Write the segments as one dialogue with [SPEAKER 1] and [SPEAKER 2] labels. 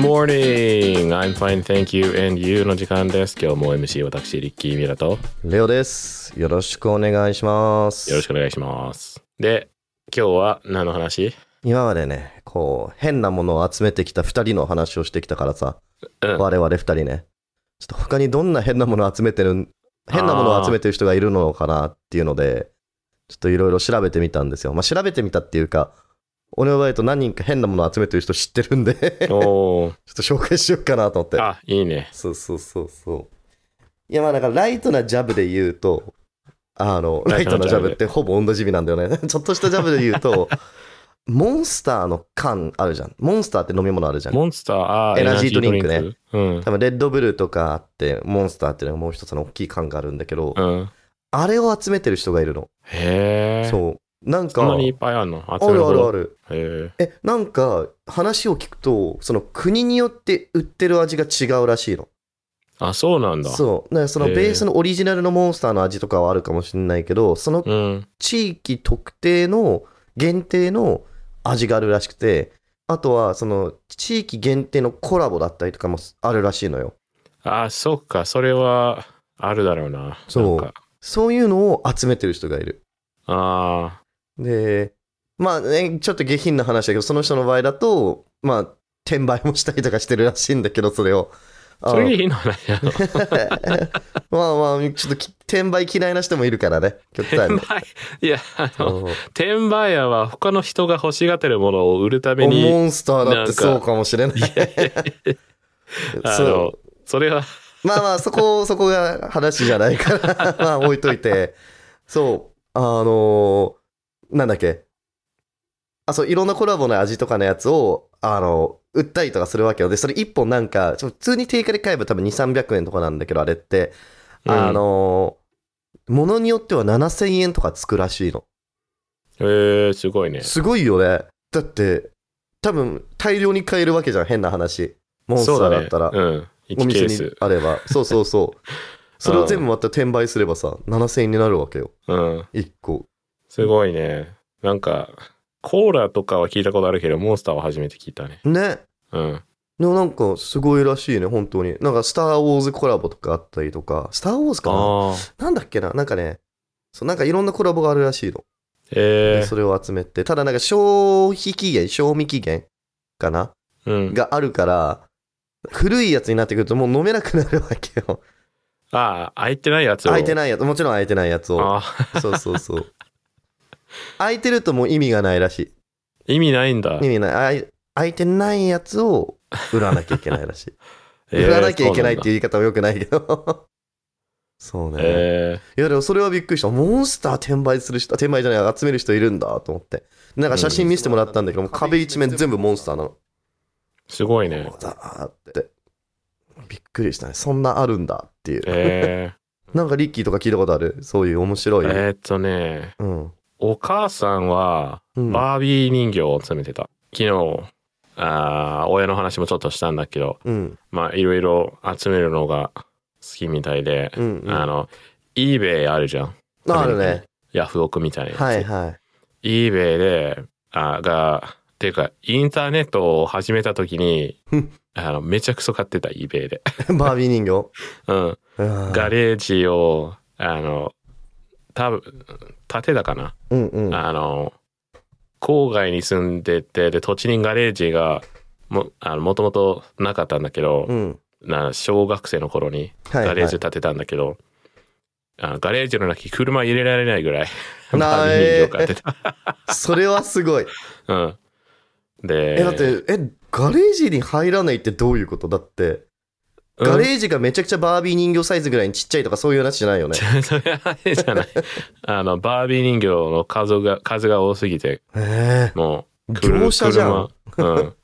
[SPEAKER 1] morning! I'm fine, thank you, and you の時間です。今日も MC 私、リッキー・ミラとよ
[SPEAKER 2] レオです。よろしくお願いします。
[SPEAKER 1] ろしくお願いします。で、今日は何の話
[SPEAKER 2] 今までね、こう、変なものを集めてきた2人の話をしてきたからさ、
[SPEAKER 1] うん
[SPEAKER 2] 我々2人ね。ちょっと他にどんな変なものを集めてるん、変なものを集めてる人がいるのかなっていうので、ちょっといろいろ調べてみたんですよ。まあ、調べてみたっていうか、俺の場合と何人か変なものを集めてる人知ってる んで、 ちょっ
[SPEAKER 1] おー、
[SPEAKER 2] と紹介しようかなと思って。
[SPEAKER 1] あ、いいね。
[SPEAKER 2] そうそうそうそう。いやまあだからライトなジャブで言うと、あの、ライトなジャブってほぼ同じ意味なんだよね。 ちょっとしたジャブで言う と、モンスターの缶あるじゃん。モンスターって飲み物あるじゃん。
[SPEAKER 1] モンスター、あー
[SPEAKER 2] エナジードリンクね
[SPEAKER 1] エナジードリンク
[SPEAKER 2] 多分レッドブルーとかあって、モンスターっていうのがもう一つの大きい缶があるんだけど、
[SPEAKER 1] うん。うん。
[SPEAKER 2] あれを集めてる人がいるの。
[SPEAKER 1] へー。
[SPEAKER 2] そう。なん
[SPEAKER 1] そん
[SPEAKER 2] か、
[SPEAKER 1] なにいっ
[SPEAKER 2] あ
[SPEAKER 1] ぱいあるの集め
[SPEAKER 2] るあ
[SPEAKER 1] ほ
[SPEAKER 2] るあ
[SPEAKER 1] ど。
[SPEAKER 2] る。
[SPEAKER 1] へー。
[SPEAKER 2] え、なんか話を聞くと、その国によって売ってる味が違うらしいの。
[SPEAKER 1] あ、そうなんだ。
[SPEAKER 2] そう。だからその
[SPEAKER 1] へえ
[SPEAKER 2] ベースのオリジナルのモンスターの味とかはあるかもしれないけど、その
[SPEAKER 1] うん。
[SPEAKER 2] 地域特定の限定の味があるらしくて、あとはその地域限定のコラボだったりとかもあるらしいのよ。
[SPEAKER 1] あ、そっか、それはあるだろうな。
[SPEAKER 2] そう
[SPEAKER 1] なんか
[SPEAKER 2] そういうのを集めてる人がいる。
[SPEAKER 1] あ
[SPEAKER 2] で、まあね、ちょっと下品な話だけど、その人の場合だと、まあ、転売もしたりとかしてるらしいんだけど、それを。
[SPEAKER 1] あ。
[SPEAKER 2] あの
[SPEAKER 1] それいいの話なの
[SPEAKER 2] まあまあ、ちょっとき転売嫌いな人もいるからね、極 端に。
[SPEAKER 1] 転売いや、あの、
[SPEAKER 2] うん
[SPEAKER 1] 転売屋は他の人が欲しがってるものを売るため
[SPEAKER 2] モ
[SPEAKER 1] に、
[SPEAKER 2] ンスターだってそうかもしれない。
[SPEAKER 1] あ
[SPEAKER 2] そう
[SPEAKER 1] の、それは、
[SPEAKER 2] まあまあ、そこ、そこが話じゃな いから、まあ置いといて。そう、あのーなんだっけ。あ、そう、いろんなコラボの味とかのやつを、あの売ったりとかするわけよ。で、それ一本なんか、ちょ普通に定価で買えば多分2、300円とかなんだけど、あれって、あのーものによっては7000円とかつくらしいの。
[SPEAKER 1] うん、えー、すごいね。
[SPEAKER 2] すごいよね。だって、多分大量に買えるわけじゃん、変な話。モンスタ
[SPEAKER 1] そう
[SPEAKER 2] ーだったら。
[SPEAKER 1] ね、うん。
[SPEAKER 2] お
[SPEAKER 1] 1ケ
[SPEAKER 2] 店
[SPEAKER 1] ー
[SPEAKER 2] に
[SPEAKER 1] ス。
[SPEAKER 2] あれば。そうそうそう。 それを全部また転売すればさ、7000円になるわけよ。
[SPEAKER 1] うん。
[SPEAKER 2] 1個。
[SPEAKER 1] すごいね。なんか、コーラとかは聞いたことあるけど、モンスターは初めて聞いたね。
[SPEAKER 2] ね。
[SPEAKER 1] うん。
[SPEAKER 2] でもなんかすごいらしいね、本当に。なんかスター・ウォーズコラボとかあったりとか、スター・ウォーズかな
[SPEAKER 1] ああ。
[SPEAKER 2] なんだっけななんかね、そうなんかいろんなコラボがあるらしいの。
[SPEAKER 1] え
[SPEAKER 2] でそれを集めて、ただなんか消費期限、賞味期限かな
[SPEAKER 1] ー、うん。
[SPEAKER 2] があるから、古いやつになってくるともう飲めなくなるわけよ。
[SPEAKER 1] ああ、開いてないやつを。
[SPEAKER 2] 開いて
[SPEAKER 1] い。
[SPEAKER 2] ないやつ、もちろん開いてないやつを。
[SPEAKER 1] ああ、
[SPEAKER 2] そうそうそう。開いてるともう意味がないらしい。
[SPEAKER 1] 意味ないんだ。
[SPEAKER 2] 意味ないあい空いてないやつを売らなきゃいけないらしい売らなきゃいけないって
[SPEAKER 1] いう。
[SPEAKER 2] いう言い方はよくないけどそうね、
[SPEAKER 1] え
[SPEAKER 2] いやでもそれはびっくりしたモンスター転売する人転売じゃない集める人いるんだと思ってなんか写真見せてもらったんだけど、もう壁一面全部モンスターなの
[SPEAKER 1] ー、すごいね。
[SPEAKER 2] ザーってびっくりしたねそんなあるんだっていう、
[SPEAKER 1] え
[SPEAKER 2] なんかリッキーとか聞いたことあるそういう面白い、
[SPEAKER 1] ー、えーっとね、
[SPEAKER 2] うん、
[SPEAKER 1] お母さんは、
[SPEAKER 2] うん、
[SPEAKER 1] バービー人形を詰めてた。昨日、あー親の話もちょっとしたんだけど、
[SPEAKER 2] うん
[SPEAKER 1] まあ、いろいろ集めるのが好きみたいで、
[SPEAKER 2] うんうん
[SPEAKER 1] あ
[SPEAKER 2] あ
[SPEAKER 1] の、eBay あるじゃん。
[SPEAKER 2] あるね
[SPEAKER 1] ヤフオクみたいなやつ。
[SPEAKER 2] はいはい
[SPEAKER 1] eBay で、あが、っていうか、インターネットを始めた時に
[SPEAKER 2] うん、
[SPEAKER 1] あの、めちゃくそ買ってた eBay で。
[SPEAKER 2] バービー人形
[SPEAKER 1] うん。
[SPEAKER 2] うん
[SPEAKER 1] ガレージを、あの、多分、建てたかな。
[SPEAKER 2] うんうん
[SPEAKER 1] あの、郊外に住んでて、で、土地にガレージが、も、あの、もともとなかったんだけど
[SPEAKER 2] う、ん
[SPEAKER 1] な小学生の頃に
[SPEAKER 2] はい
[SPEAKER 1] ガ
[SPEAKER 2] はい
[SPEAKER 1] レージを建てたんだけど、あのガレージの中に車入れられないぐらい、
[SPEAKER 2] な
[SPEAKER 1] バ
[SPEAKER 2] ー
[SPEAKER 1] ービー人形
[SPEAKER 2] え
[SPEAKER 1] を買って た。
[SPEAKER 2] それは すごい。
[SPEAKER 1] うん。で、
[SPEAKER 2] え、だって、え、ガレージに入らないってどういうことだって、ガ
[SPEAKER 1] ー
[SPEAKER 2] レージがめちゃくちゃバービー人形サイズぐらいにちっちゃいとかそういう話じゃないよね。
[SPEAKER 1] ジ それはあれじゃない。あの、バービー人形の数が、数が多すぎて、
[SPEAKER 2] え
[SPEAKER 1] も
[SPEAKER 2] え
[SPEAKER 1] う、くる
[SPEAKER 2] 業者じゃん。
[SPEAKER 1] 車うん。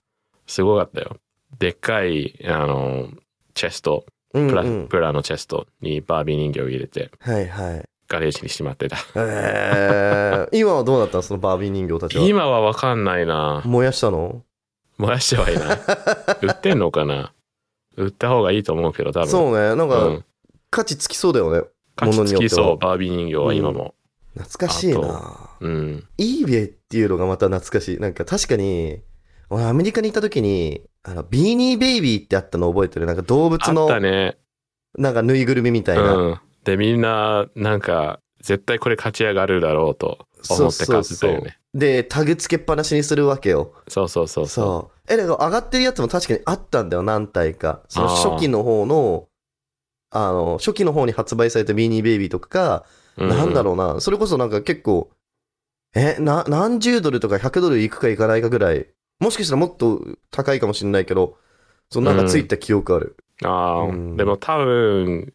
[SPEAKER 1] すごかったよ。でっかい、あの、チェスト、
[SPEAKER 2] うん
[SPEAKER 1] プラ、
[SPEAKER 2] うん。
[SPEAKER 1] プラのチェストにバービー人形を入れて、
[SPEAKER 2] はいはい。
[SPEAKER 1] ガレージにしまってた。
[SPEAKER 2] え え今はどうだったのそのバービー人形たちは。
[SPEAKER 1] 今はわかんないな。
[SPEAKER 2] 燃やしたの
[SPEAKER 1] 燃やしてはい ない。売ってんのかな売った方がいいと思うけど、多分。
[SPEAKER 2] そうね。な
[SPEAKER 1] う
[SPEAKER 2] んか、
[SPEAKER 1] ん。
[SPEAKER 2] 価値つきそうだよね。
[SPEAKER 1] 価値つき
[SPEAKER 2] 物に
[SPEAKER 1] そ
[SPEAKER 2] よ
[SPEAKER 1] う、
[SPEAKER 2] っ
[SPEAKER 1] バービー人形は今も。
[SPEAKER 2] 懐かしいな。
[SPEAKER 1] うん。
[SPEAKER 2] eBay っていうのがまた懐かしい。なんか確かに、俺アメリカに行った時に、あの、ビーニーベイビーってあったの覚えてるなんか動物
[SPEAKER 1] あっ
[SPEAKER 2] の
[SPEAKER 1] た、ね。
[SPEAKER 2] なんかぬいぐるみみたいな。
[SPEAKER 1] うん。で、みんな、なんか、絶対これ勝ち上がるだろうと思って買ってたよね。
[SPEAKER 2] で、タグつけっぱなしにするわけよ。
[SPEAKER 1] そうそうそうそう。
[SPEAKER 2] そう。え、だから上がってるやつも確かにあったんだよ、何体か。その
[SPEAKER 1] あー
[SPEAKER 2] 初期の方の、あの、初期の方に発売されたビーニーベイビーとか
[SPEAKER 1] う
[SPEAKER 2] が、なんだろうな、それこそなんか結構、え、な、何十ドルとか100ドルいくかいかないかぐらい、もしかしたらもっと高いかもしれないけど、そのなんかついた記憶ある。
[SPEAKER 1] ああ、
[SPEAKER 2] うん
[SPEAKER 1] でも多分、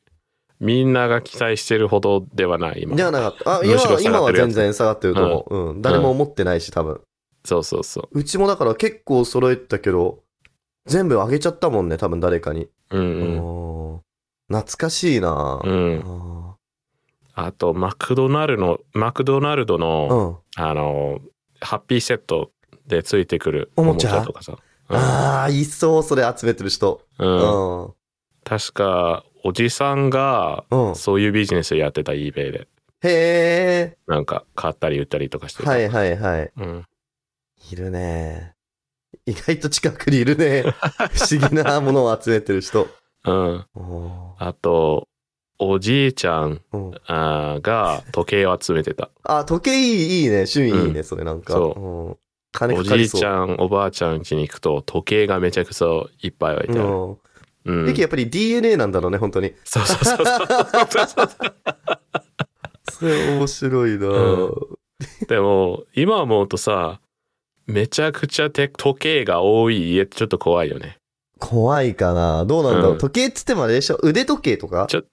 [SPEAKER 1] みんなが期待してるほどではない、今
[SPEAKER 2] で。はなかった。あ、
[SPEAKER 1] む
[SPEAKER 2] 今
[SPEAKER 1] しろ
[SPEAKER 2] は、
[SPEAKER 1] 下が
[SPEAKER 2] 今
[SPEAKER 1] って
[SPEAKER 2] は
[SPEAKER 1] るやつ
[SPEAKER 2] 全然下がってると思う。うん。誰も思ってないし、多分。
[SPEAKER 1] そうそうそう
[SPEAKER 2] ちもだから結構揃えてたけど、全部上げちゃったもんね、多分誰かに。
[SPEAKER 1] う。うん
[SPEAKER 2] おー懐かしいな
[SPEAKER 1] うん。うん。
[SPEAKER 2] あ
[SPEAKER 1] あと、マクドナルドの、マクドナルドの、
[SPEAKER 2] ーうん。
[SPEAKER 1] あの、ハッピーセットでついてくる
[SPEAKER 2] おもちゃ
[SPEAKER 1] とかさ。うん
[SPEAKER 2] ああ、いそう、それ集めてる人。う
[SPEAKER 1] うん。
[SPEAKER 2] ん。うん。
[SPEAKER 1] 確か、おじさんが、そういうビジネスやってた eBay で、
[SPEAKER 2] へえ。
[SPEAKER 1] なんか買ったり売ったりとかしてた。
[SPEAKER 2] はいはいはい。
[SPEAKER 1] うん。
[SPEAKER 2] いるね。意外と近くにいるね。不思議なものを集めてる 人。
[SPEAKER 1] うん。
[SPEAKER 2] お
[SPEAKER 1] あと、おじいちゃん
[SPEAKER 2] ーうん
[SPEAKER 1] あーが時計を集めてた。
[SPEAKER 2] あ、時計いいいいね。趣味いいね、それなんか。
[SPEAKER 1] そ
[SPEAKER 2] うん。 金
[SPEAKER 1] お
[SPEAKER 2] か
[SPEAKER 1] じ
[SPEAKER 2] かり
[SPEAKER 1] い
[SPEAKER 2] そう。
[SPEAKER 1] ちゃん、おばあちゃん家に行くと、時計がめちゃくちゃいっぱい置いてある。
[SPEAKER 2] うん。
[SPEAKER 1] うん。
[SPEAKER 2] リキやっぱり DNA なんだろうね、本当に。
[SPEAKER 1] そうそうそう そうそうそ
[SPEAKER 2] それ面白いな、
[SPEAKER 1] うんう。でも、今思うとさ、めちゃくちゃて時計が多い家ってちょっと怖いよね。
[SPEAKER 2] 怖いかなどうなんだろう、
[SPEAKER 1] うん
[SPEAKER 2] 時計っつってもあれでしょ腕時計とか
[SPEAKER 1] ちょ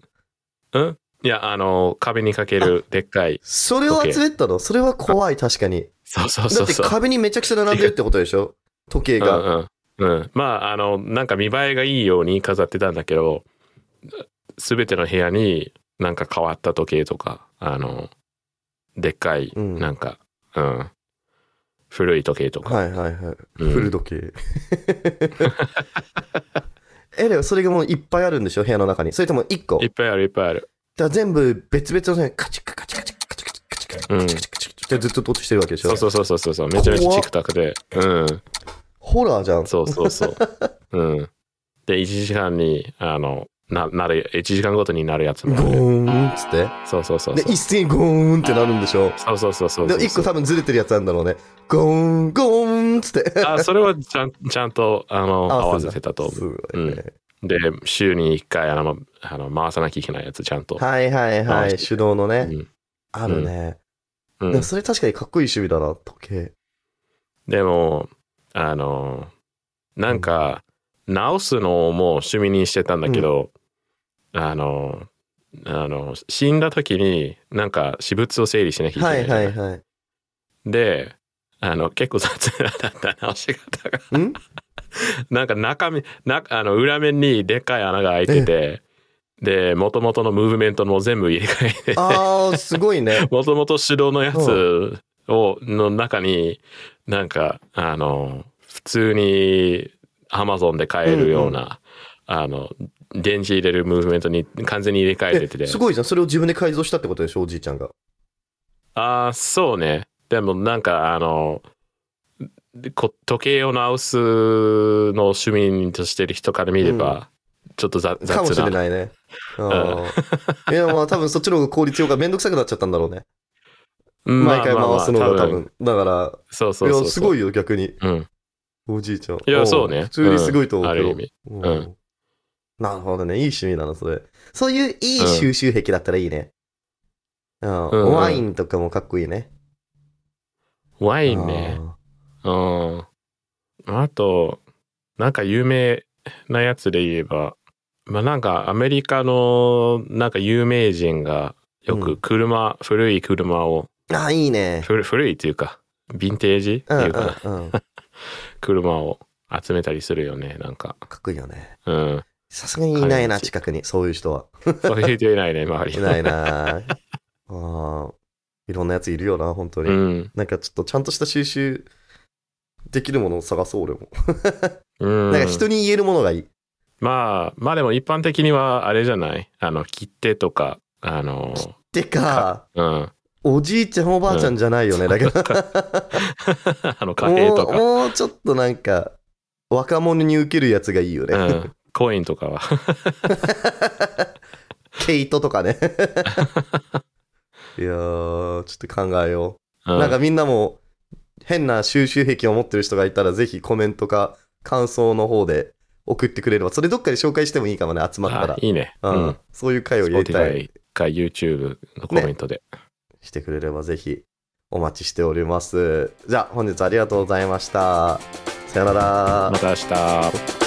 [SPEAKER 1] うんいや、あの、壁にかけるでっかい。
[SPEAKER 2] それを集めてたのそれは怖い、確かに。
[SPEAKER 1] そうそう
[SPEAKER 2] だ
[SPEAKER 1] そ
[SPEAKER 2] っ
[SPEAKER 1] う
[SPEAKER 2] て
[SPEAKER 1] そう。
[SPEAKER 2] 壁にめちゃくちゃ並んでるってことでしょ時計が。
[SPEAKER 1] うんうんうん、まああのなんか見栄えがいいように飾ってたんだけど全ての部屋になんか変わった時計とかあのでっかい
[SPEAKER 2] うん
[SPEAKER 1] なんか、うん古い時計とか、
[SPEAKER 2] はいはいはい。
[SPEAKER 1] うん
[SPEAKER 2] 古時計。え、でもそれがもういっぱいあるんでしょ部屋の中に。それとも1個。
[SPEAKER 1] い
[SPEAKER 2] だ
[SPEAKER 1] っぱいあるいっぱいある
[SPEAKER 2] から全部別々の部屋にカチカチカチカチカチカチカチカチカチカチカチってずっと落としてるわけでし
[SPEAKER 1] そ
[SPEAKER 2] ょ
[SPEAKER 1] うそうそうそうそうそうめちゃめちゃチクタクでうん
[SPEAKER 2] ホラーじゃん。
[SPEAKER 1] そうそうそう うんで1時間にあのななる1時間ごとになるやつ
[SPEAKER 2] ゴ
[SPEAKER 1] もある
[SPEAKER 2] ーンっつって。
[SPEAKER 1] そうそうそう
[SPEAKER 2] で、
[SPEAKER 1] そう
[SPEAKER 2] 一斉にゴーンってなるんでしょ
[SPEAKER 1] そうそうそうそう
[SPEAKER 2] で
[SPEAKER 1] そ
[SPEAKER 2] も
[SPEAKER 1] う
[SPEAKER 2] 1個多分ずれてるやつなんだろうね。ゴーン、ゴーンっつって。
[SPEAKER 1] あそれはちゃんちゃんとあの合わ
[SPEAKER 2] せ
[SPEAKER 1] せ
[SPEAKER 2] た
[SPEAKER 1] てたと思う
[SPEAKER 2] すごいね。
[SPEAKER 1] で、週に1回あのあの回さなきゃいけないやつ、ちゃんと。
[SPEAKER 2] はいはいは
[SPEAKER 1] 回して
[SPEAKER 2] い。手動のね。
[SPEAKER 1] うん
[SPEAKER 2] あるね。
[SPEAKER 1] うん
[SPEAKER 2] でもそれ確かにかっこいい趣味だな、時計。
[SPEAKER 1] でも、あの、なんか、直すのをもう趣味にしてたんだけど、あの、あの、死んだ時に、なんか、私物を整理しなきゃいけな
[SPEAKER 2] はいい
[SPEAKER 1] じゃな。
[SPEAKER 2] はいいはい。
[SPEAKER 1] で、あの、結構雑だった直し方が。
[SPEAKER 2] ん
[SPEAKER 1] なんか中身、なあの裏面にでっかい穴が開いてて、で、元々のムーブメントも全部入 れ替えて
[SPEAKER 2] ああ、すごいね。
[SPEAKER 1] もともと指導のやつを、の中に、なんか、あの、普通に Amazon で買えるような、あの、電池入れるムーブメントに完全に入れ替えてて
[SPEAKER 2] え。すごいじゃん。それを自分で改造したってことでしょ、おじいちゃんが。
[SPEAKER 1] ああ、そうね。でもなんか、あの、こ時計を直すの趣味としてる人から見れば、ちょっと雑雑な。
[SPEAKER 2] かもしれないね。あーいや、まあ多分そっちの方が効率よくめんどくさくなっちゃったんだろうね。
[SPEAKER 1] うんまあ
[SPEAKER 2] 毎回回
[SPEAKER 1] まあまあ
[SPEAKER 2] すのが多。分。だか
[SPEAKER 1] そうそ
[SPEAKER 2] ら、
[SPEAKER 1] う
[SPEAKER 2] い
[SPEAKER 1] そうそう。
[SPEAKER 2] や、すごいよ、逆に。
[SPEAKER 1] うん。
[SPEAKER 2] おじいちゃん。
[SPEAKER 1] いやそうね
[SPEAKER 2] ん普通にすごいと思
[SPEAKER 1] あ
[SPEAKER 2] うけ
[SPEAKER 1] る
[SPEAKER 2] ど
[SPEAKER 1] 意。味。
[SPEAKER 2] う。
[SPEAKER 1] うん
[SPEAKER 2] なるほどね。いい趣味だな、それ。そういういい収集癖だったらいいね。うん。
[SPEAKER 1] うん
[SPEAKER 2] ワインとかもかっこいいね。
[SPEAKER 1] ワインね。うん。あと、なんか有名なやつで言えば、まあなんかアメリカのなんか有名人がよ
[SPEAKER 2] う
[SPEAKER 1] く
[SPEAKER 2] ん
[SPEAKER 1] 車、古い車を、
[SPEAKER 2] あー。あー、いいね。
[SPEAKER 1] 古古いっていうか、ヴィンテージって
[SPEAKER 2] うんう
[SPEAKER 1] い
[SPEAKER 2] ん
[SPEAKER 1] うかな、
[SPEAKER 2] うん。
[SPEAKER 1] 車を集めたりするよね、なんか。
[SPEAKER 2] かっこいいよね。
[SPEAKER 1] うん。
[SPEAKER 2] さすがにいない
[SPEAKER 1] 金持
[SPEAKER 2] な、
[SPEAKER 1] ち
[SPEAKER 2] 近くに。そういう人は。
[SPEAKER 1] そういう人いないね、 周り。
[SPEAKER 2] いな いな。ああ。いろんなやついるよな、本当
[SPEAKER 1] う
[SPEAKER 2] に。
[SPEAKER 1] ん。
[SPEAKER 2] なんかちょっとちゃんとした収集できるものを探そう、俺も。
[SPEAKER 1] うん。
[SPEAKER 2] なんか人に言えるものがいい。
[SPEAKER 1] まあ、まあでも一般的にはあれじゃないあの、切手とか、あの、
[SPEAKER 2] てか、
[SPEAKER 1] うん。
[SPEAKER 2] おじいちゃんおばあちゃんじゃないよね、だけど。
[SPEAKER 1] あの、貨幣とか。
[SPEAKER 2] もうもうちょっとなんか、若者に受けるやつがいいよ ね。
[SPEAKER 1] うん、コインとかは
[SPEAKER 2] 毛糸と かね。いやー、ちょっと考えよ
[SPEAKER 1] う
[SPEAKER 2] う。
[SPEAKER 1] ん
[SPEAKER 2] なんかみんなも変な収集癖を持ってる人がいたら、ぜひコメントか感想の方で送ってくれれば、それどっかで紹介してもいいかもね、集まった
[SPEAKER 1] あ
[SPEAKER 2] ら。
[SPEAKER 1] いいね。う
[SPEAKER 2] うんん。そういう会をやりたい。
[SPEAKER 1] Spotify か YouTube のコメントで。
[SPEAKER 2] してくれれば、ぜひお待ちしております。じゃあ、本日ありがとうございました。さよなら
[SPEAKER 1] ま。た明日。